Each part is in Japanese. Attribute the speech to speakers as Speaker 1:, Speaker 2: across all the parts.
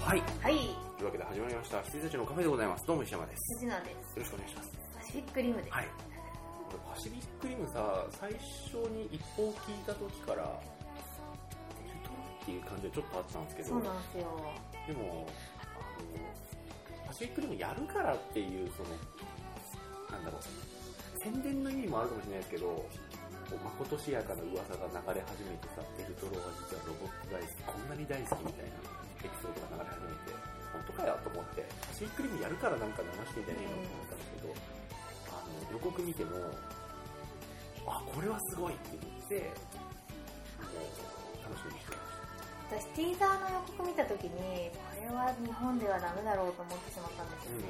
Speaker 1: はい。
Speaker 2: はい、
Speaker 1: というわけで始まりました。羊たちのカフェでございます。どうも石山です。
Speaker 2: 藤菜です。
Speaker 1: よろしくお願いします。
Speaker 2: パシフィックリムです。
Speaker 1: はい。俺パシフィックリムさ、最初に一報聞いた時から、出るとっていう感じはちょっとあったんですけど、
Speaker 2: そうなんですよ。
Speaker 1: でも、あの、パシフィックリムやるからっていう、その、なんだろう、宣伝の意味もあるかもしれないですけど、こうまことしやかな噂が流れ始めてさ、デルトロは実はロボット大好き、こんなに大好きみたいなエピソードが流れ始めて、本当かよと思って、パシフィックリムやるからなんか流してんじゃねえのと思ったんですけど、あの、予告見ても、あ、これはすごいって言って、もう、楽しみにしてま
Speaker 2: 私、
Speaker 1: し
Speaker 2: ティーザーの予告見たときに、これは日本ではダメだろうと思ってしまったんです
Speaker 1: た。
Speaker 2: よね。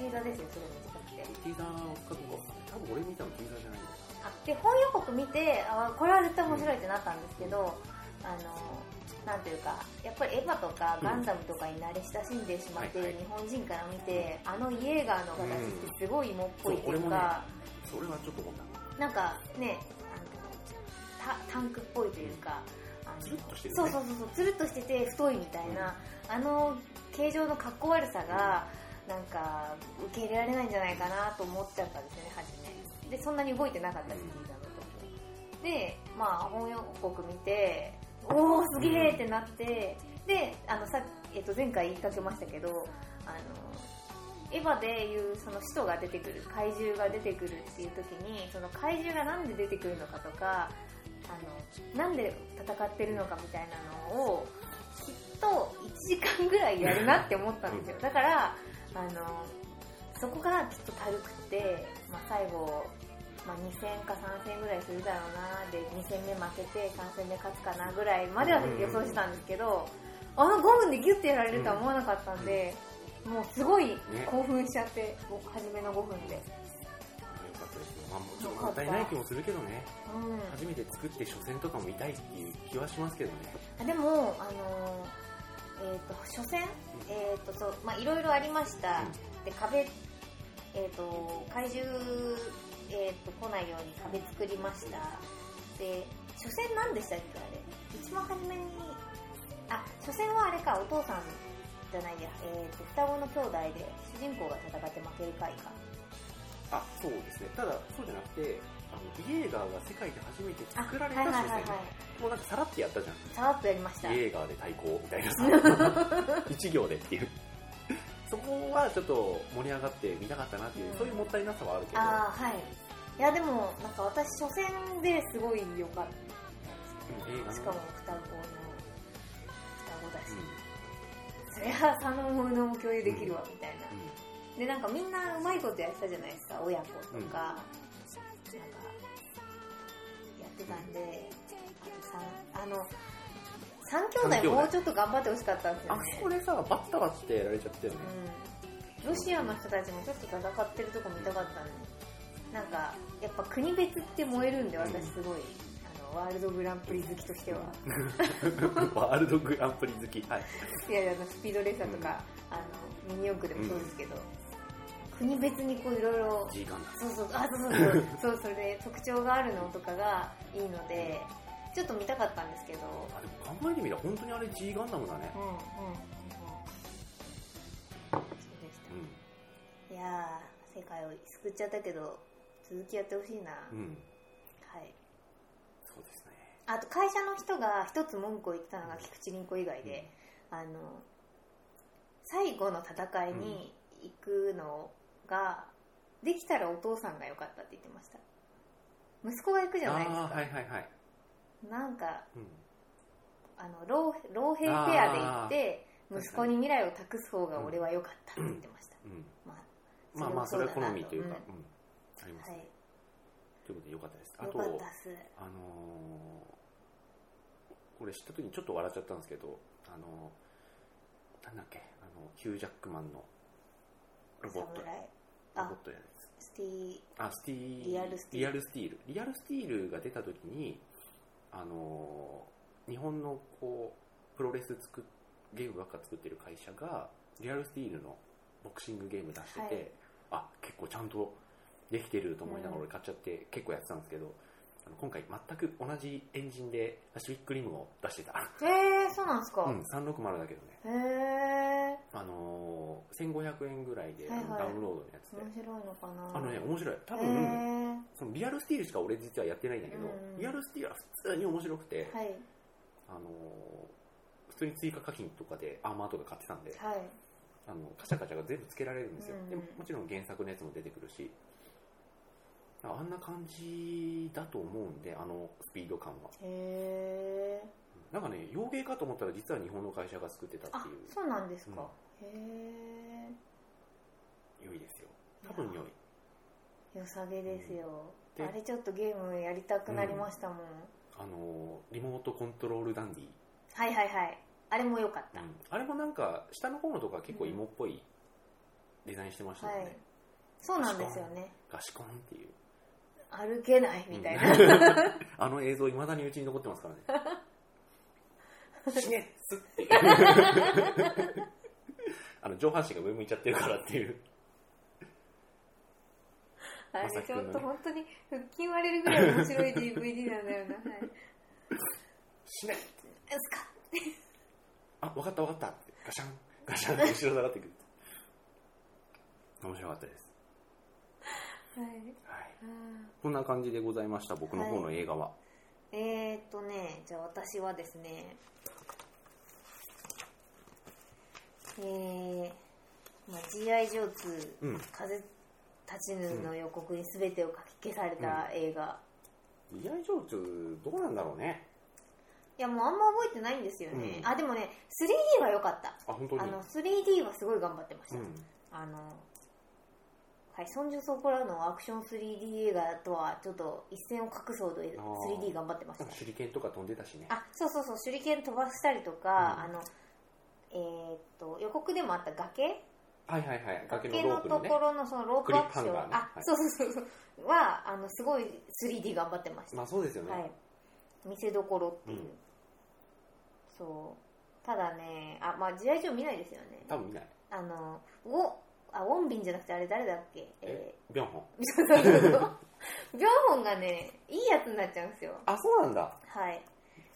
Speaker 2: ティーザーですよ、すごい短くて。
Speaker 1: ティーザーかどうかわかんない多分俺見たのティーザーじゃないんだ
Speaker 2: あで、本予告見て、あこれは絶対面白いってなったんですけど、あの、なんというか、やっぱりエヴァとかガンダムとかに慣れ親しんでしまっている
Speaker 1: うん
Speaker 2: 日本人から見て、あのイエーガーの形ってすごい芋っぽいって
Speaker 1: う
Speaker 2: い
Speaker 1: んそう俺
Speaker 2: う
Speaker 1: もね
Speaker 2: か、
Speaker 1: それはちょっと思った
Speaker 2: なんかねあのたタンクっぽいというか、あの
Speaker 1: つるっとしてる
Speaker 2: そう
Speaker 1: よね
Speaker 2: そうそうそうつるっとしてて太いみたいな、あの形状の格好悪さが、なんか受け入れられないんじゃないかなと思っちゃったんですよね初めでそんなに動いてなかったし
Speaker 1: う
Speaker 2: テ
Speaker 1: ん
Speaker 2: ィーザーの時でまあ本予告見ておおすげえってなって、であのさ、えっと前回言いかけましたけどあのエヴァでいうその使徒が出てくる怪獣が出てくるっていう時にその怪獣がなんで出てくるのかとかあのなんで戦ってるのかみたいなのをきっと1時間ぐらいやるなって思ったんですよだからあのそこがきっと軽くて、まあ、最後、まあ、2戦か3戦ぐらいするだろうなで2戦目負けて3戦目勝つかなぐらいまでは予想してたんですけどあの5分でギュッてやられるとは思わなかったんで。もうすごい興奮しちゃって、もう初めの5分で。
Speaker 1: あよかったですよ、まあ、もうちょっともったいない気もするけどね初めて作って初戦とかも見たいっていう気はしますけどね
Speaker 2: うん、でも、あのーえっ、と、初戦、えっ、と、そう、まあ、いろいろありました。で、壁、えっ、と、怪獣、えっ、と、来ないように壁作りました。で、初戦何でしたっけ、あれ。一番初めに、あ、初戦はあれか、お父さんじゃないや、えっ、と、双子の兄弟で主人公が戦って負ける回か。
Speaker 1: あそうですねただそうじゃなくてあのイエーガーが世界で初めて
Speaker 2: あ、
Speaker 1: 作られた
Speaker 2: はいはい
Speaker 1: 初
Speaker 2: はいはい
Speaker 1: 戦。もうなんかさらってやったじゃ
Speaker 2: さらっとやりました。
Speaker 1: んイエーガーで対抗みたいなさ一行でっていうそこはちょっと盛り上がって見たかったなっていう、そういうもったいなさはあるけど
Speaker 2: ああはいいやでもなんか私初戦ですごい良かっ
Speaker 1: でも映
Speaker 2: た
Speaker 1: 画の
Speaker 2: しかも双子の双子だ
Speaker 1: う
Speaker 2: しそ
Speaker 1: ん、
Speaker 2: りゃ佐野も宇野も共有できるわみたいな
Speaker 1: うん
Speaker 2: でなんかみんなうまいことやってたじゃないですか親子とか、
Speaker 1: うん
Speaker 2: なんかやってたんで、あとさんあの三兄
Speaker 1: 三兄
Speaker 2: 弟
Speaker 1: 弟
Speaker 2: もうちょっと頑張ってほしかったんですよ
Speaker 1: あ
Speaker 2: ね
Speaker 1: そこでさバッタバッタやられちゃったよね、
Speaker 2: うんロシアの人たちもちょっと戦ってるとこ見たかったのになんかやっぱ国別って燃えるんで私すごい、あのワールドグランプリ好きとしては
Speaker 1: ワールドグランプリ好き。はい。
Speaker 2: いやいやあのスピードレーサーとか、あのミニ四駆でもそうですけど、国別にこういろいろ
Speaker 1: 時間だ。
Speaker 2: そうそうあそうそう そうそうそれで特徴があるのとかがいいのでちょっと見たかったんですけど
Speaker 1: あ、でも考えてみたら本当にあれ G ガンダムだね
Speaker 2: う。んうんうんそうでした、
Speaker 1: う
Speaker 2: いやー世界を救っちゃったけど続きやってほしいな、
Speaker 1: ん。うん。
Speaker 2: はい
Speaker 1: そうですね。
Speaker 2: あと会社の人が一つ文句を言ってたのが菊池凛子以外で、あの最後の戦いに行くのが、できたらお父さんが良かったって言ってました息子が行くじゃないですか、
Speaker 1: ああ、はいはいはい。
Speaker 2: なんか
Speaker 1: うん。
Speaker 2: あの老老兵ペアで行って
Speaker 1: あー
Speaker 2: 息子に未来を託す方が俺は良かったって言ってました、
Speaker 1: うん。
Speaker 2: ま
Speaker 1: まあまあ、それは好みというか、
Speaker 2: そ
Speaker 1: うん。ありま
Speaker 2: あ
Speaker 1: す
Speaker 2: は
Speaker 1: ね。
Speaker 2: い
Speaker 1: ということでよかったです。あ
Speaker 2: 良かっ
Speaker 1: と
Speaker 2: た、っす
Speaker 1: あのー、これ知った時にちょっと笑っちゃったんですけど、あのー、なんだっけ、あの、ヒュージャックマンのロボット。ロ
Speaker 2: 侍
Speaker 1: ボッ
Speaker 2: あ
Speaker 1: トじゃないですか
Speaker 2: スティ
Speaker 1: あスティ
Speaker 2: リアルスティール
Speaker 1: リアルスティールリアルスティールが出た時にあのー日本のこうプロレス作っゲームばっか作ってる会社がリアルスティールのボクシングゲーム出してて、あ結構ちゃんとできてると思いながら
Speaker 2: うん
Speaker 1: 俺買っちゃって結構やってたんですけど、あの今回全く同じエンジンでパシフィックリムを出してた、
Speaker 2: へえそうなんですか、
Speaker 1: うん、360だけどね、
Speaker 2: へえ
Speaker 1: あのー1500円ぐらいで
Speaker 2: はいはい
Speaker 1: ダウンロードのやつで、
Speaker 2: 面白いのかな
Speaker 1: あのね面白い多分、
Speaker 2: へ
Speaker 1: そのリアルスティールしか俺実はやってないんだけ
Speaker 2: う
Speaker 1: ど、
Speaker 2: ん
Speaker 1: リアルスティールは普通に面白くて、
Speaker 2: えはい
Speaker 1: あのー普通に追加課金とかでアーマーとか買ってたんで、
Speaker 2: はい
Speaker 1: あのカチャカチャが全部つけられるんですよ、
Speaker 2: うん
Speaker 1: でももちろん原作のやつも出てくるしああんな感じだと思うんであのスピード感は
Speaker 2: へえ
Speaker 1: なんかね洋芸かと思ったら実は日本の会社が作ってたっ
Speaker 2: あ
Speaker 1: ていう
Speaker 2: そうなんですか、へえ
Speaker 1: 良いですよ多分良い
Speaker 2: 良さげですよ、
Speaker 1: うんで
Speaker 2: あれちょっとゲームやりたくなりましたもん、
Speaker 1: あのーリモートコントロールダンディ、
Speaker 2: はいはいはいあれも良かった、
Speaker 1: あれもなんか下の方のとこは結構芋っぽいデザインしてましたもん
Speaker 2: は
Speaker 1: ね、
Speaker 2: いそうなんですよね
Speaker 1: ガシコンっていう
Speaker 2: 歩けないみ たいな、
Speaker 1: な、うん あの映像いまだにうちに残ってますからね死ねっつっていう あの上半身が上向いちゃってるからっていう
Speaker 2: あ
Speaker 1: まさ
Speaker 2: れ
Speaker 1: き
Speaker 2: ち
Speaker 1: くん
Speaker 2: ょ
Speaker 1: のね
Speaker 2: っと本当に腹筋割れるぐらい面白い DVD なんだよな、 はい、
Speaker 1: 死ね
Speaker 2: えスカ
Speaker 1: あ分かった分かったってガシャンガシャンって後ろ下がってくる面白かったです、
Speaker 2: ッはい
Speaker 1: はい、
Speaker 2: あー
Speaker 1: こんな感じでございました僕の方の映画は、
Speaker 2: えーっとね、じゃあ私はですね、えーまあ、G.I. ジョー2、
Speaker 1: うん
Speaker 2: 風立ちぬの予告に全てをかき消された映画、
Speaker 1: リアイジョーズどうなんだろうね
Speaker 2: いやもうあんま覚えてないんですよね、
Speaker 1: うん
Speaker 2: あでもね 3D は良かった
Speaker 1: あ本当に
Speaker 2: あの 3D はすごい頑張ってました、
Speaker 1: うん
Speaker 2: あのはい、ソンジュソコラのアクション 3D 映画とはちょっと一線を画くほど
Speaker 1: あー
Speaker 2: 3D 頑張ってました
Speaker 1: 手裏剣とか飛んでたしね
Speaker 2: あそうそうそう手裏剣飛ばしたりとか、
Speaker 1: うん
Speaker 2: あのえーっと予告でもあった崖
Speaker 1: はいはいはい崖の
Speaker 2: 崖
Speaker 1: ロ
Speaker 2: の
Speaker 1: ープ
Speaker 2: と
Speaker 1: のね
Speaker 2: ころのそのロープアクション、
Speaker 1: クリップハンガーねは
Speaker 2: あ
Speaker 1: い
Speaker 2: そうそうそうそうはあのすごい 3D 頑張ってました、
Speaker 1: まあそうですよね、
Speaker 2: はい見せどころっていう、
Speaker 1: うん
Speaker 2: そうただねあまあ試合上見ないですよね
Speaker 1: 多分見ない
Speaker 2: あのウォあウォンビンじゃなくてあれ誰だっけえ
Speaker 1: えビョンホン
Speaker 2: ーそうそう そうジョンホンがねいいやつになっちゃうんですよ
Speaker 1: あそうなんだ、
Speaker 2: はい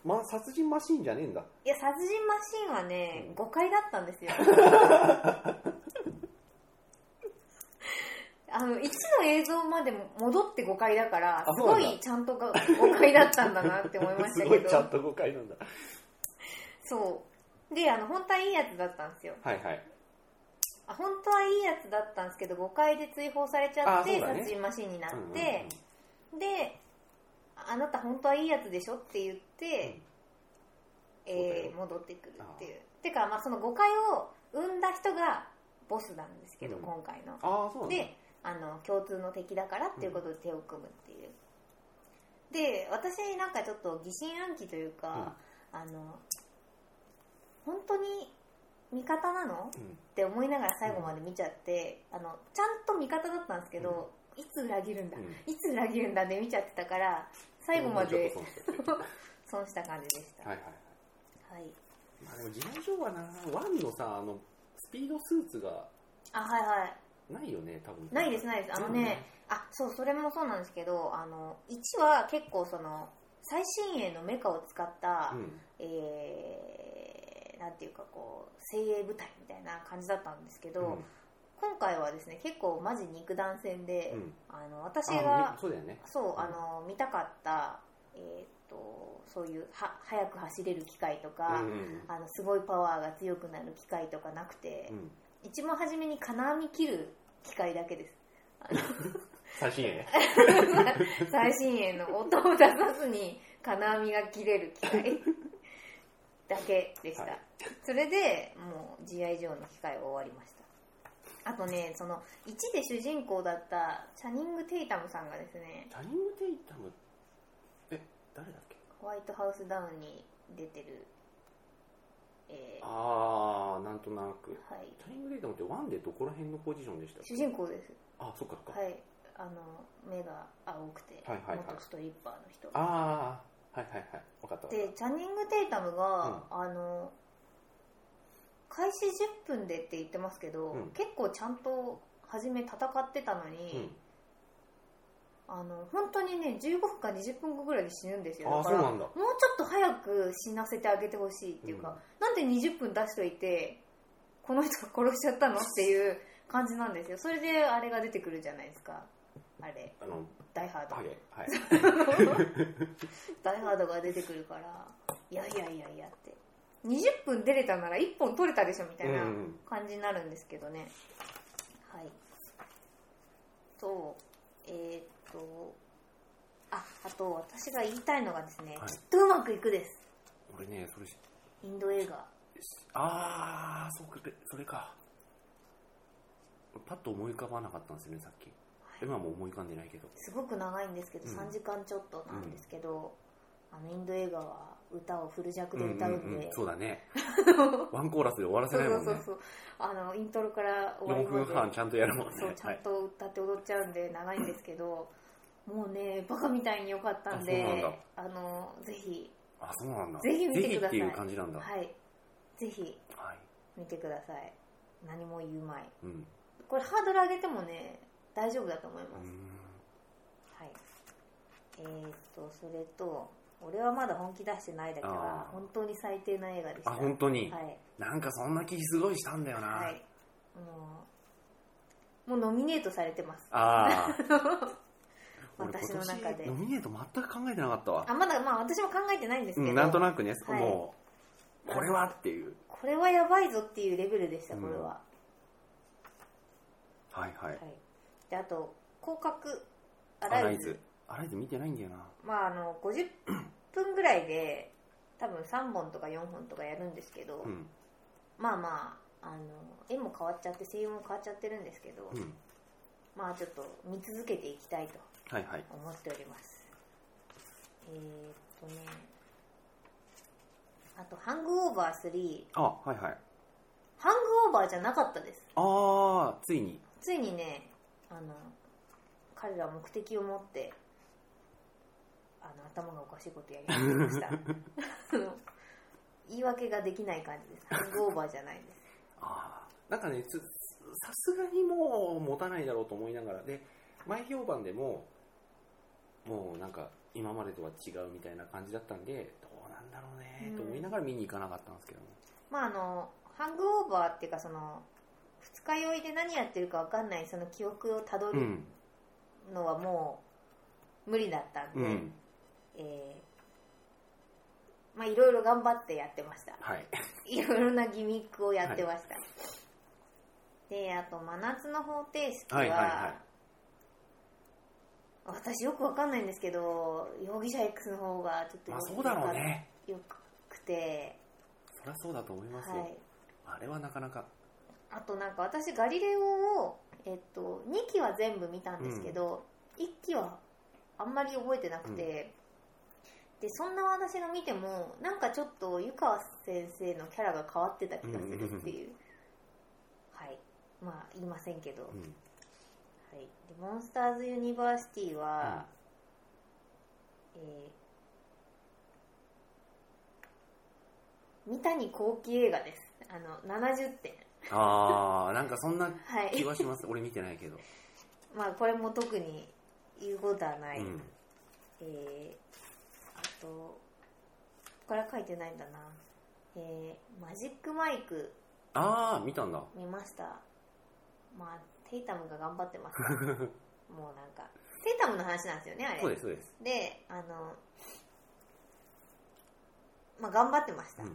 Speaker 1: まあ、殺人マシーンじゃねえんだ
Speaker 2: いや、殺人マシーンはね、
Speaker 1: うん
Speaker 2: 誤解だったん ですよ。あの、1の映像まで戻って誤解だから、
Speaker 1: あ
Speaker 2: す
Speaker 1: そうな
Speaker 2: ご
Speaker 1: んだ
Speaker 2: いちゃんとが誤解だったんだなって思いまし
Speaker 1: す
Speaker 2: た
Speaker 1: ご
Speaker 2: け
Speaker 1: いちゃん
Speaker 2: ど。
Speaker 1: と誤解なんだ
Speaker 2: そう。で、あの、本当はいいやつだったんですよ。
Speaker 1: はいはい
Speaker 2: あ本当はいいやつだったんですけど、誤解で追放されちゃって、
Speaker 1: あそうだね
Speaker 2: 殺人マシーンになって、
Speaker 1: うんうんうん
Speaker 2: で、あなた本当はいいやつでしょって言って、
Speaker 1: そうだ
Speaker 2: え
Speaker 1: よ
Speaker 2: ー戻ってくるっていう。てか、まあ、その誤解を生んだ人がボスなんですけど、
Speaker 1: うん
Speaker 2: 今回の。
Speaker 1: ああそうなんだ
Speaker 2: であの、共通の敵だからっていうことで手を組むっていう。で、私なんかちょっと疑心暗鬼というか、あの、本当に味方なの
Speaker 1: うん
Speaker 2: って思いながら最後まで見ちゃって、あのちゃんと味方だったんですけど、いつ裏切るんだ、
Speaker 1: うん
Speaker 2: いつ裏切るんだで見ちゃってたから最後まで
Speaker 1: ちょっとそうなんだよね
Speaker 2: 損した感じでした、
Speaker 1: はいはいはい
Speaker 2: はい
Speaker 1: まあでも時代上はなワンのさあのスピードスーツが
Speaker 2: あはいはい
Speaker 1: ないよね多分
Speaker 2: ないですないですあのね、あそうそれもそうなんですけどあの1は結構その最新鋭のメカを使った、
Speaker 1: うん、
Speaker 2: えーなんていうかこう精鋭部隊みたいな感じだったんですけど、
Speaker 1: うん
Speaker 2: 今回はですね結構マジ肉弾戦で、
Speaker 1: うん
Speaker 2: あの私
Speaker 1: あ
Speaker 2: が
Speaker 1: みそうだよね
Speaker 2: そう、
Speaker 1: ん
Speaker 2: あの、見たかった、えーっと、そういう、は、早く走れる機械とか、
Speaker 1: うんうん
Speaker 2: あの、すごいパワーが強くなる機械とかなくて、
Speaker 1: うん、
Speaker 2: 一番初めに金網切る機械だけ です。
Speaker 1: 最新鋭
Speaker 2: 最新鋭の音を出さずに金網が切れる機 械だけでした、
Speaker 1: はい
Speaker 2: それでもう GI 上の機械は終わりましたあとねその1で主人公だったチャニング・テイタムさんがですね
Speaker 1: タニングテイタムえ誰だっけ
Speaker 2: ホワイトハウスダウンに出てる、えー
Speaker 1: ああなんとなく
Speaker 2: はい、
Speaker 1: タニングテイタムってワンでどこら辺のポジションでしたっけ
Speaker 2: 主人公です、
Speaker 1: あそっかそっか、
Speaker 2: はい、あの目が青くて、
Speaker 1: はいはいはい
Speaker 2: 元ストリッパーの人
Speaker 1: ああはいはいはい分かった分か
Speaker 2: でチャニング・テイタムが、あの開始10分でって言ってますけど、
Speaker 1: うん
Speaker 2: 結構ちゃんと初め戦ってたのに、
Speaker 1: ったうん
Speaker 2: あの本当にね15分か20分後ぐらいで死ぬんですよ
Speaker 1: あ
Speaker 2: だ
Speaker 1: あ
Speaker 2: か
Speaker 1: そう
Speaker 2: ら
Speaker 1: な
Speaker 2: もうん
Speaker 1: だ
Speaker 2: ちょっと早く死なせてあげてほしいっていうか、なんで20分出しといてこの人が殺しちゃったのっていう感じなんですよそれであれが出てくるじゃないですかあれ
Speaker 1: あの
Speaker 2: 「ダイハード」
Speaker 1: ハゲはい
Speaker 2: ダイハードが出てくるからいやいやいやいやって20分出れたなら1本取れたでしょみたいな
Speaker 1: うん
Speaker 2: 感じになるんですけどね、はいとえーっとああと私が言いたいのがですね、
Speaker 1: はい
Speaker 2: きっとうまくいくです
Speaker 1: 俺ねそれし
Speaker 2: インド映画
Speaker 1: ああそうかそれかパッと思い浮かばなかったんですよねさっき今も思い浮かんでないけど
Speaker 2: すごく長いんですけど、
Speaker 1: うん
Speaker 2: 3時間ちょっとなんですけど、あのインド映画は歌をフル尺で歌う
Speaker 1: うん
Speaker 2: ん
Speaker 1: うんう
Speaker 2: で
Speaker 1: ん、そうだ ねワンコーラスで終わらせ
Speaker 2: そう
Speaker 1: な
Speaker 2: そう
Speaker 1: いも
Speaker 2: んそ
Speaker 1: ね
Speaker 2: うそうあのイントロから終わり
Speaker 1: 4
Speaker 2: ま
Speaker 1: 分
Speaker 2: で
Speaker 1: 半ちゃんとやるもんね
Speaker 2: そうちゃ
Speaker 1: は
Speaker 2: ん
Speaker 1: い
Speaker 2: と歌って踊っちゃうんで長いんですけど、もうねバカみたいに良かったん
Speaker 1: あそうなん
Speaker 2: で
Speaker 1: だ
Speaker 2: あのぜひ
Speaker 1: あそうなんだ
Speaker 2: ぜひ見てください
Speaker 1: ぜひっていう感じなんだ
Speaker 2: はいぜひ
Speaker 1: はい
Speaker 2: 見てください何も言うまい
Speaker 1: うんう
Speaker 2: これハードル上げてもね大丈夫だと思います、
Speaker 1: ー
Speaker 2: はいえー、っとそれと俺はまだ本気出してないだけは
Speaker 1: あー
Speaker 2: 本当に最低な映画でした
Speaker 1: んあ本当に、
Speaker 2: はい
Speaker 1: なんかそんな気すごいしたんだよな、
Speaker 2: はいもうもうノミネートされてます
Speaker 1: ああ
Speaker 2: 私の中で
Speaker 1: 俺今年ノミネート全く考えてなかったわ
Speaker 2: あまだまあ私も考えてないんですけど、
Speaker 1: うん、なんとなくね、
Speaker 2: はい
Speaker 1: もうこれはっていう
Speaker 2: これはやばいぞっていうレベルでした
Speaker 1: うん
Speaker 2: これは、
Speaker 1: はいはい
Speaker 2: はい、であと広角ア
Speaker 1: ア
Speaker 2: ライズ
Speaker 1: ライズアライズ見てないんだよな
Speaker 2: まああの50分ぐらいで多分3本とか4本とかやるんですけど、
Speaker 1: うん
Speaker 2: まあまああの絵も変わっちゃって声優も変わっちゃってるんですけど、
Speaker 1: うん
Speaker 2: まあちょっと見続けていきたいと
Speaker 1: はいはい
Speaker 2: 思っておりますえー、っとねあと「ハングオーバー3」
Speaker 1: あはいはい
Speaker 2: ハングオーバーじゃなかったです
Speaker 1: ああついに
Speaker 2: ついにねあの彼らは目的を持ってあの頭がおかしいことやり始めましたあの言い訳ができない感じですハングオーバーじゃないです
Speaker 1: ああなんかねつさすがにもう持たないだろうと思いながらで前評判でももうなんか今までとは違うみたいな感じだったんでどうなんだろうね
Speaker 2: うん
Speaker 1: と思いながら見に行かなかったんですけどね、
Speaker 2: まああのハングオーバーっていうかその二日酔いで何やってるか分かんないその記憶をたど
Speaker 1: う
Speaker 2: る
Speaker 1: ん
Speaker 2: のはもう無理だったんで、
Speaker 1: うん
Speaker 2: えーまあいろいろ頑張ってやってました
Speaker 1: はい
Speaker 2: いろいろなギミックをやってました、であと「真夏の方程式は」
Speaker 1: はいはいはい
Speaker 2: 私よくわかんないんですけど容疑者 X の方がちょっと
Speaker 1: まあそうだろうね
Speaker 2: よくて、
Speaker 1: そりゃそうだと思いますよ、
Speaker 2: はい、
Speaker 1: あれはなかなか
Speaker 2: あとなんか私「ガリレオを」えっと、2期は全部見たんですけど、1期はあんまり覚えてなくて、でそんな私が見てもなんかちょっと湯川先生のキャラが変わってた気がするっていう、はいまあ言いませんけど、
Speaker 1: う
Speaker 2: は
Speaker 1: ん
Speaker 2: い、でモンスターズ・ユニバーシティは、えー三谷幸喜映画ですあの70点
Speaker 1: ああなんかそん
Speaker 2: は
Speaker 1: な
Speaker 2: い
Speaker 1: 気はします俺見てないけど、
Speaker 2: まあこれも特に言うことはない、
Speaker 1: うん
Speaker 2: えー、あとここから書いてないんだな、えー、マジックマイク
Speaker 1: ああ見たんだ
Speaker 2: 見ましたまあテイタムが頑張って ますからもうなんかテイタムの話なんですよねあれ
Speaker 1: そうですそうです
Speaker 2: であのまあ頑張ってました、
Speaker 1: うん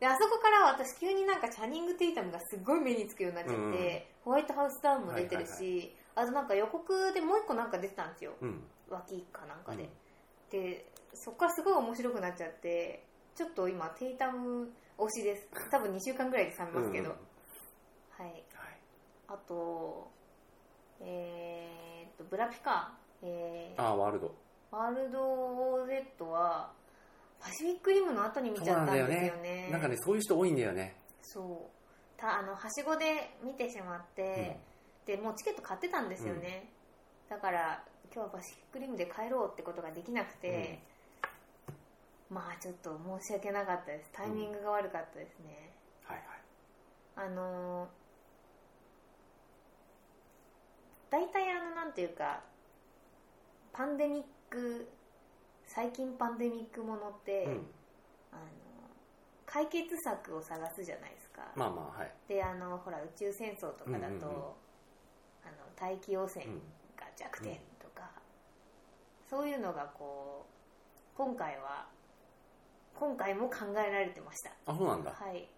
Speaker 2: であそこからは私急になんかチャニング・テイタムがすごい目につくようになっちゃって、
Speaker 1: うんうん
Speaker 2: ホワイトハウスタウンも出てるし、
Speaker 1: はい
Speaker 2: あとなんか予告でもう一個なんか出てたんですよ
Speaker 1: うん
Speaker 2: 脇かなんかで、でそこからすごい面白くなっちゃってちょっと今テイタム推しです多分2週間ぐらいで冷めますけど、
Speaker 1: うんうん
Speaker 2: はい
Speaker 1: はい
Speaker 2: あとえーっとブラピカ、えー
Speaker 1: ああワールド
Speaker 2: ワールド OZ はパシフィックリムの後に見ちゃったんですよね
Speaker 1: そうなんかねそういう人多いんだよね、
Speaker 2: そうたあのはしごで見てしまって、でもうチケット買ってたんですよね、だから今日はパシフィックリムで帰ろうってことができなくて、まあちょっと申し訳なかったですタイミングが悪かったですね、
Speaker 1: うん、はいはい
Speaker 2: あのー大体あのなんていうかパンデミック最近パンデミックものって、
Speaker 1: うん、
Speaker 2: あの解決策を探すじゃないですか、
Speaker 1: まあまあはい、
Speaker 2: であのほら宇宙戦争とかだと、
Speaker 1: うんうんうん
Speaker 2: あの大気汚染
Speaker 1: うん、
Speaker 2: が弱点とか、そういうのがこう今回は今回も考えられてました
Speaker 1: あそうなんだ、
Speaker 2: はい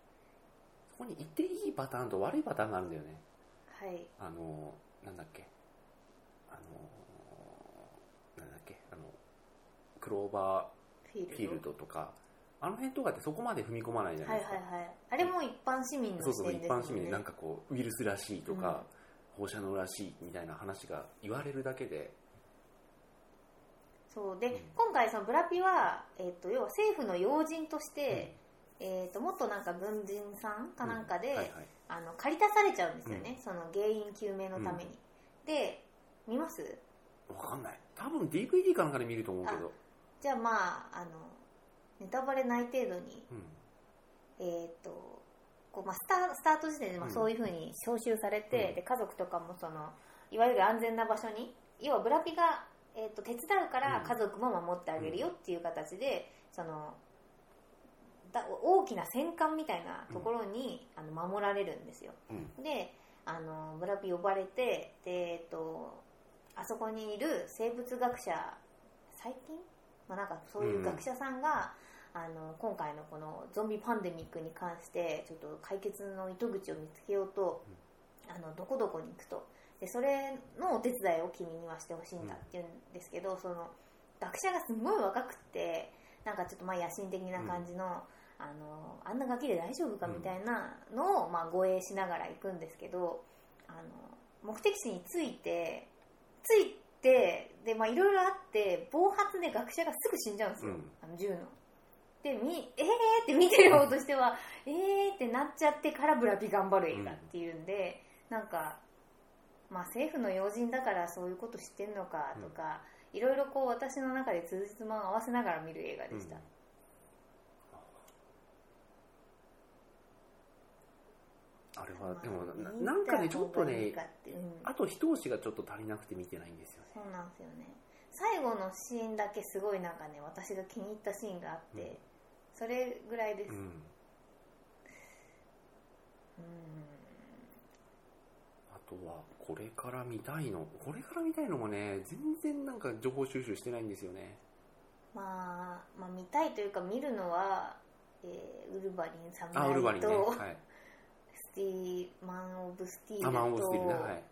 Speaker 1: そこにいていいパターンと悪いパターンがあるんだよね
Speaker 2: はい
Speaker 1: あのなんだっけあのなんだっけあのクローバ
Speaker 2: フィール
Speaker 1: ー
Speaker 2: ド
Speaker 1: フィールドとかあの辺とかってそこまで踏み込まないじゃな
Speaker 2: はいい
Speaker 1: で
Speaker 2: は
Speaker 1: す
Speaker 2: い
Speaker 1: か、
Speaker 2: はいあれも一般市民の
Speaker 1: そう
Speaker 2: 視
Speaker 1: そう
Speaker 2: 点
Speaker 1: 一
Speaker 2: ですもん
Speaker 1: 般
Speaker 2: ね
Speaker 1: 市民でなんかこうウイルスらしいとか、放射能らしいみたいな話が言われるだけで
Speaker 2: そうで、
Speaker 1: うん
Speaker 2: 今回そのブラピは、えっと要は政府の要人として、えっともっとなんか軍人さんかなんかで、
Speaker 1: うんはいはい
Speaker 2: あの借り出されちゃうんですよね、その原因究明のために、で見ます
Speaker 1: わかんない多分 DVD かなんかで見ると思うけど
Speaker 2: じゃあまああのネタバレない程度に
Speaker 1: うん
Speaker 2: えーっとこうまあ、スタスタート時点でまあ
Speaker 1: うん
Speaker 2: そういうふうに招集されて、
Speaker 1: うん
Speaker 2: で家族とかもそのいわゆる安全な場所に要はブラピが、えーっと手伝うから
Speaker 1: うん
Speaker 2: 家族も守ってあげるよっていう形で、そのだ大きな戦艦みたいなところに、あの守られるんですよ
Speaker 1: うん
Speaker 2: であのブラピ呼ばれてで、えーっとあそこにいる生物学者最近、まあ、なんかそういう学者さんが、あの今回のこのゾンビパンデミックに関してちょっと解決の糸口を見つけようと、あのどこどこに行くとでそれのお手伝いを君にはしてほしいんだって言うんですけど、その学者がすごい若くてなんかちょっとまあ野心的な感じの。あのあんなガキで大丈夫かみたいなのを、まあ、護衛しながら行くんですけどあの目的地に着いて着いてでまあいろいろあって暴発で学者がすぐ死んじゃうんですよ、
Speaker 1: うん
Speaker 2: あの銃の。でみえーって見てる方としては えーってなっちゃってからブラピ頑張る映画っていうんで、なんか、まあ、政府の要人だからそういうこと知ってんのかとか、いろいろこう私の中で通じつまを合わせながら見る映画でした。
Speaker 1: うんあれはでもな
Speaker 2: まあ
Speaker 1: なんかねちょっと
Speaker 2: いい
Speaker 1: ね
Speaker 2: かっていううん
Speaker 1: あと一押しがちょっと足りなくて見てないんですよね
Speaker 2: そうなんですよね最後のシーンだけすごいなんかね私が気に入ったシーンがあって、
Speaker 1: うん
Speaker 2: それぐらいです
Speaker 1: う
Speaker 2: うん
Speaker 1: んあとはこれから見たいのこれから見たいのもね全然なんか情報収集してないんですよね
Speaker 2: まあ、まあ見たいというか見るのは、えーウルヴァリン
Speaker 1: あウルヴァ
Speaker 2: 侍
Speaker 1: リン
Speaker 2: と、
Speaker 1: ねはい
Speaker 2: スティーマン・オブ・スティー
Speaker 1: アマン
Speaker 2: ル
Speaker 1: オブスティールね
Speaker 2: と
Speaker 1: はい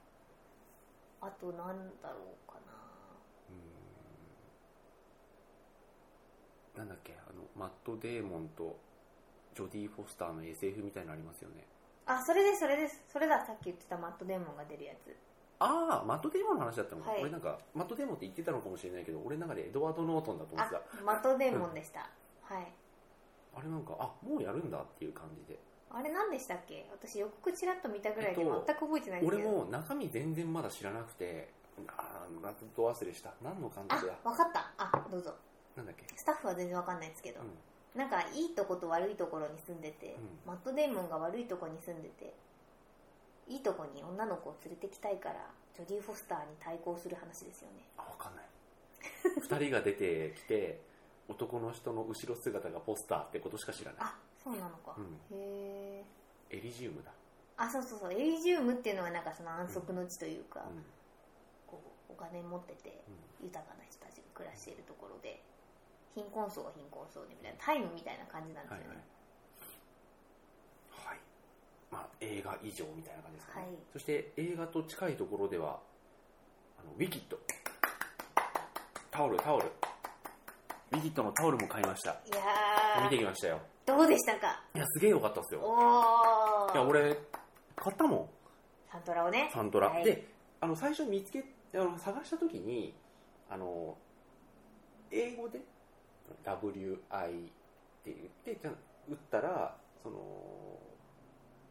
Speaker 2: あとなんだろうか
Speaker 1: うんなんだっけあのマット・デーモンとジョディ・フォスターの SF みたいなのありますよね
Speaker 2: なあそれですそれですそれださっき言ってたマット・デーモンが出るやつ
Speaker 1: ああマット・デーモンの話だったの、
Speaker 2: はい
Speaker 1: 俺なんかマット・デーモンって言ってたのかもしれないけど俺の中でエドワード・ノートンだと思っ
Speaker 2: あ
Speaker 1: てた
Speaker 2: マット・デーモンでした、はい
Speaker 1: あれなんかあもうやるんだっていう感じで
Speaker 2: あれ何でしたっけ私予告ちらっと見たぐらいで
Speaker 1: えっ
Speaker 2: 全
Speaker 1: と
Speaker 2: く覚えてないんです
Speaker 1: 俺
Speaker 2: けど、
Speaker 1: も中身全然まだ知らなくてああなんと忘れした何の監
Speaker 2: あ
Speaker 1: 督だ
Speaker 2: 分かったあどうぞ
Speaker 1: なんだっけ
Speaker 2: スタッフは全然分かんないですけど、
Speaker 1: う
Speaker 2: なんかいいとこと悪いところに住んでて、
Speaker 1: ん
Speaker 2: マット・デーモンが悪いとこに住んでていいとこに女の子を連れてきたいからジョディ・フォスターに対抗する話ですよね
Speaker 1: あ分かんない二人が出てきて男の人の後ろ姿がポスターってことしか知らない
Speaker 2: あそうなのか、
Speaker 1: うん
Speaker 2: へえ
Speaker 1: エリジウムだ、
Speaker 2: あそうそうそうエリジウムっていうのがなんかその安息の地というか、
Speaker 1: うんうん
Speaker 2: こうお金持ってて豊かな人たちが暮らしているところで貧困層は貧困層でみたいなタイムみたいな感じなんです
Speaker 1: はい
Speaker 2: よ
Speaker 1: はい
Speaker 2: ね、
Speaker 1: はいまあ映画以上みたいな感じですかね、
Speaker 2: はい
Speaker 1: そして映画と近いところではあのウィキッドタオルタオルウィキッドのタオルも買いました
Speaker 2: い、や
Speaker 1: 見て
Speaker 2: ー
Speaker 1: きましたよ
Speaker 2: どうでしたか
Speaker 1: いやすげえ良かったっすよ
Speaker 2: お
Speaker 1: いや
Speaker 2: お
Speaker 1: 俺買ったもん
Speaker 2: サントラをね
Speaker 1: サントラ、
Speaker 2: はい
Speaker 1: であの最初見つけあの探した時にあの英語で WI って言ってじゃあ打ったらその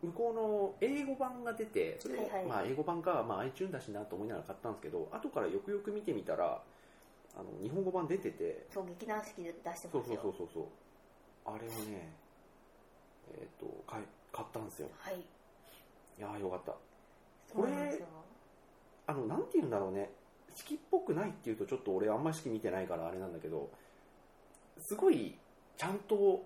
Speaker 1: 向こうの英語版が出てそれ、
Speaker 2: はいはい
Speaker 1: まあ、英語版か、まあ、iTunes だしなと思いながら買ったんですけど後からよくよく見てみたらあの日本語版出てて
Speaker 2: そう劇団四季で出してますよ
Speaker 1: そうそうそうそうそうあれをねえっ、と買い買ったんですよ
Speaker 2: はい
Speaker 1: いやーよかった
Speaker 2: そうなんですよ
Speaker 1: あのなんて言うんだろうね式っぽくないっていうとちょっと俺あんまり式見てないからあれなんだけどすごいちゃんと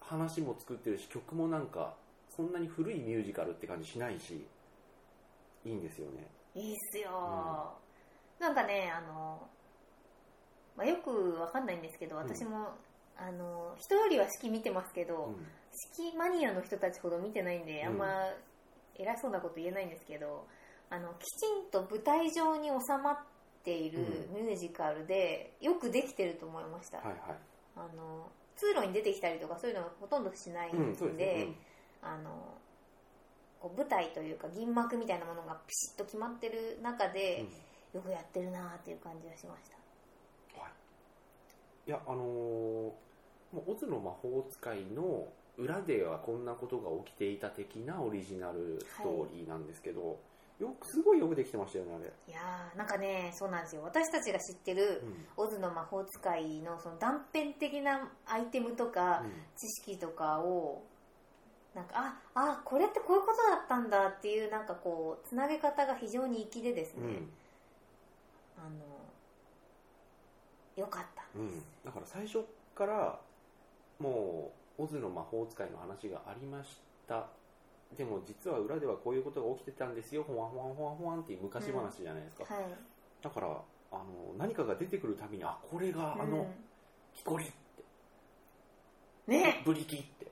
Speaker 1: 話も作ってるし曲もなんかそんなに古いミュージカルって感じしないしいいんですよね
Speaker 2: いいっすよ、なんかねあの、まあ、よくわかんないんですけど私も、あの人よりは式見てますけ
Speaker 1: う
Speaker 2: ど、
Speaker 1: ん
Speaker 2: 式マニアの人たちほど見てないんで
Speaker 1: うん
Speaker 2: あんま偉そうなこと言えないんですけど、あのきちんと舞台上に収まっているミュージカルでよくできてると思いました、
Speaker 1: はいは
Speaker 2: あの通路に出てきたりとかそういうのはほとんどしない
Speaker 1: い、うん、そうで
Speaker 2: ん
Speaker 1: すね
Speaker 2: で、あのこう舞台というか銀幕みたいなものがピシッと決まってる中
Speaker 1: うんう
Speaker 2: で
Speaker 1: ん
Speaker 2: よくやってるなっていう感じがしました
Speaker 1: いやあのーもうオズの魔法使いの裏ではこんなことが起きていた的なオリジナルストーリーなんですけど、よくすごいよくできてましたよねあれ、
Speaker 2: いやーなんかねそうなんですよ私たちが知ってる
Speaker 1: うん
Speaker 2: オズの魔法使いのその断片的なアイテムとか
Speaker 1: うん
Speaker 2: 知識とかをなんかああこれってこういうことだったんだっていうなんかこうつなげ方が非常に粋でですね、あのよかった
Speaker 1: うんうん、だから最初からもうオズの魔法使いの話がありましたでも実は裏ではこういうことが起きてたんですよほわほわほわほわっていう昔話じゃないですか、
Speaker 2: はい
Speaker 1: だからあの何かが出てくるたびにあこれがあの木こり、
Speaker 2: うんね
Speaker 1: ブリキって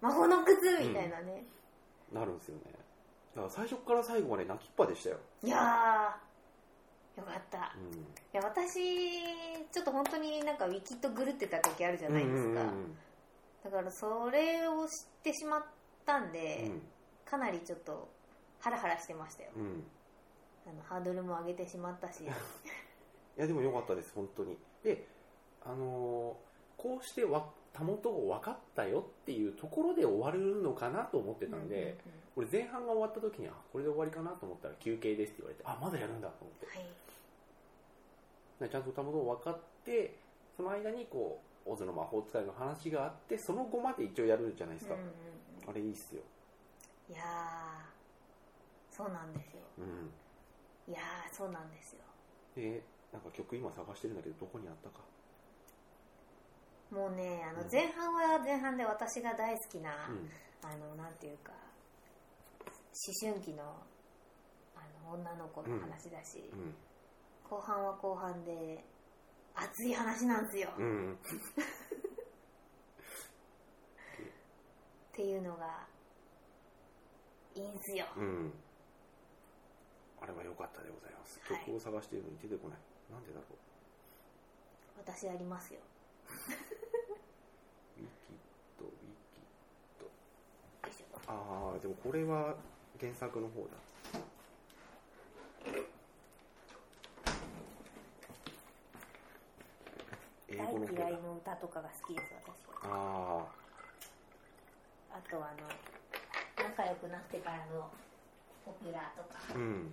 Speaker 2: 魔法の靴みたいなね、
Speaker 1: なるんですよねだから最初から最後まで泣きっぱでしたよ、
Speaker 2: いやーよかったい
Speaker 1: うん、
Speaker 2: や私ちょっと本当になんかウィキッド狂ってた時あるじゃないですか、
Speaker 1: うんうん
Speaker 2: だからそれを知ってしまったんで、かなりちょっとハラハラしてましたよ
Speaker 1: うんうん
Speaker 2: あのハードルも上げてしまったし
Speaker 1: いやでも良かったです本当にであのーこうしてわたもとを分かったよっていうところで終わるのかなと思ってたんで、
Speaker 2: うんうんうん
Speaker 1: これ前半が終わった時にあこれで終わりかなと思ったら休憩ですって言われてあまだやるんだと思って
Speaker 2: はい
Speaker 1: でちゃんとたもとを分かってその間にこうオズの魔法使いの話があってその後まで一応やるじゃないですか、
Speaker 2: うんうん
Speaker 1: あれいいっすよ、
Speaker 2: うんいやーそうなんですよ
Speaker 1: うん、
Speaker 2: いやーそうなんですよ
Speaker 1: でなんか曲今探してるんだけどどこにあったか
Speaker 2: もうねあ
Speaker 1: う
Speaker 2: の
Speaker 1: ん
Speaker 2: 前半は前半で私が大好きな、
Speaker 1: うん
Speaker 2: あのなんていうか思春期のあの女の子の話だし、後半は後半で熱い話なんですよ、
Speaker 1: う
Speaker 2: っ
Speaker 1: んうん
Speaker 2: ていうのがいいんすよ、
Speaker 1: うんあれは良かったでございます
Speaker 2: はい
Speaker 1: 曲を探しているのに出てこない、なんでだろう
Speaker 2: 私ありますよ
Speaker 1: ウィキッドウィキ
Speaker 2: よいしょ
Speaker 1: ああでもこれは原作の方だ英語の
Speaker 2: 大
Speaker 1: 方
Speaker 2: 嫌い
Speaker 1: だ
Speaker 2: の歌とかが好きです私
Speaker 1: あ
Speaker 2: あとはあの仲良くなってからのオペラとか
Speaker 1: あうん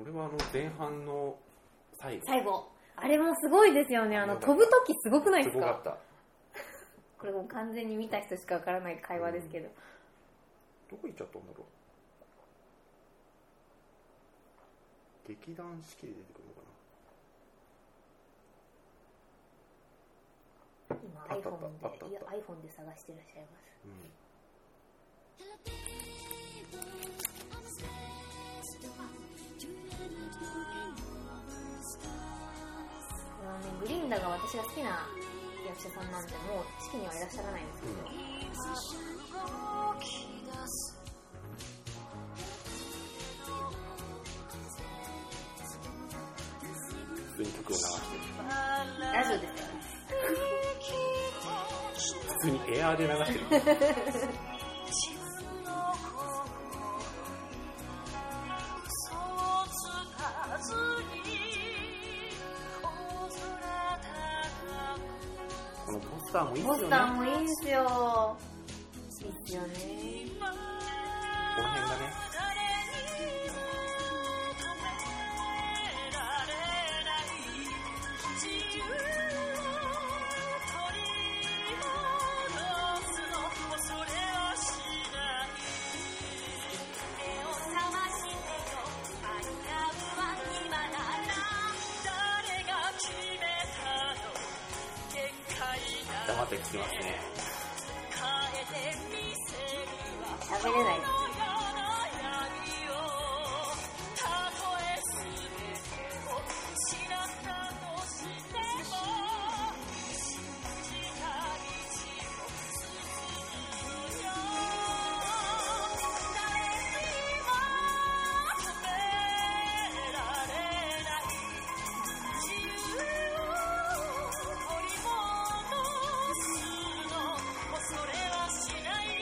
Speaker 1: 俺はあの前半の最後
Speaker 2: 最後あれもすごいですよねあの飛ぶ時すごくないです
Speaker 1: すごか
Speaker 2: か
Speaker 1: った
Speaker 2: これもう完全に見た人しかわからない会話ですけど、
Speaker 1: どこ行っちゃったんだろう劇団四季で出てくるのか
Speaker 2: 今
Speaker 1: あったあったあっ
Speaker 2: iPhone
Speaker 1: たあった
Speaker 2: でいや iPhone で探してらっしゃいます
Speaker 1: な、うん、
Speaker 2: これはねグリーンダが私が好きな役者さんなんでもう式にはいらっしゃらないんですけど、
Speaker 1: 普通に曲を流して
Speaker 2: ラジオですからね
Speaker 1: 普通にエアーで流してるこのポスターもいい
Speaker 2: ポ
Speaker 1: です
Speaker 2: ス
Speaker 1: よ
Speaker 2: タ
Speaker 1: ね
Speaker 2: ーもいいんすよいいっすよね
Speaker 1: この辺がね
Speaker 3: 「目を覚ましてよ
Speaker 1: ってきてますね。
Speaker 2: 喋れない。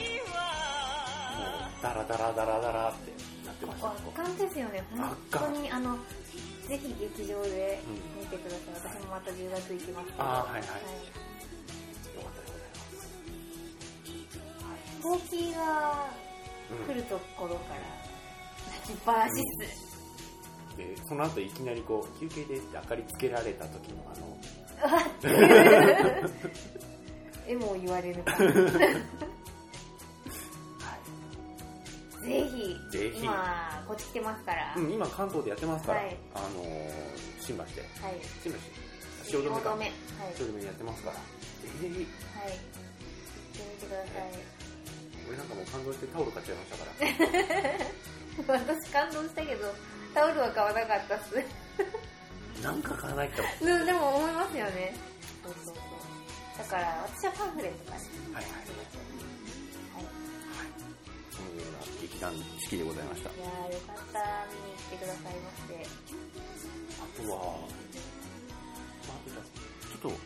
Speaker 1: もう、ダラダラダラダラってなってました。
Speaker 2: 圧巻ですよね、本当にあのぜひ劇場で見てください、私もまた留学行きますけど、
Speaker 1: あーはいはい
Speaker 2: い、
Speaker 1: よかったでございます。
Speaker 2: ほうきが
Speaker 1: うん
Speaker 2: 来るところから泣きっぱなしです、
Speaker 1: でその後いきなりこう休憩ですって明かりつけられた時のあの
Speaker 2: えもう言われ るからぜひ
Speaker 1: ぜひ
Speaker 2: 今こっち来てますから、
Speaker 1: うん、今関東でやってますから、
Speaker 2: はい
Speaker 1: あのー新橋で
Speaker 2: はい
Speaker 1: 新橋汐留か
Speaker 2: はい、はい、
Speaker 1: 汐留でやってますからぜひ
Speaker 2: はい、行ってみてください
Speaker 1: 俺なんかもう感動してタオル買っちゃいましたから
Speaker 2: 私感動したけどタオルは買わなかったっす
Speaker 1: なんか買わないとはい
Speaker 2: うんでも思いますよねそうそうそうだから私はパンフレットかし
Speaker 1: はい
Speaker 2: はい
Speaker 1: そのような劇団式でございましたあ
Speaker 2: いやーよかった見に来てくださいまして
Speaker 1: とはまああとじゃあちょっと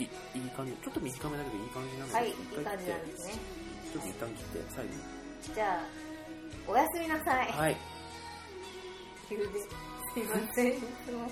Speaker 1: いいい感じちょっと短めだけどいい感じなので、
Speaker 2: はいいい
Speaker 1: 一回
Speaker 2: 感じ
Speaker 1: 切っ
Speaker 2: なん
Speaker 1: て
Speaker 2: ですね
Speaker 1: ちょっと一旦切って最後に
Speaker 2: じゃあおやすみなさい
Speaker 1: はい
Speaker 2: 急ですいませんいつも
Speaker 1: う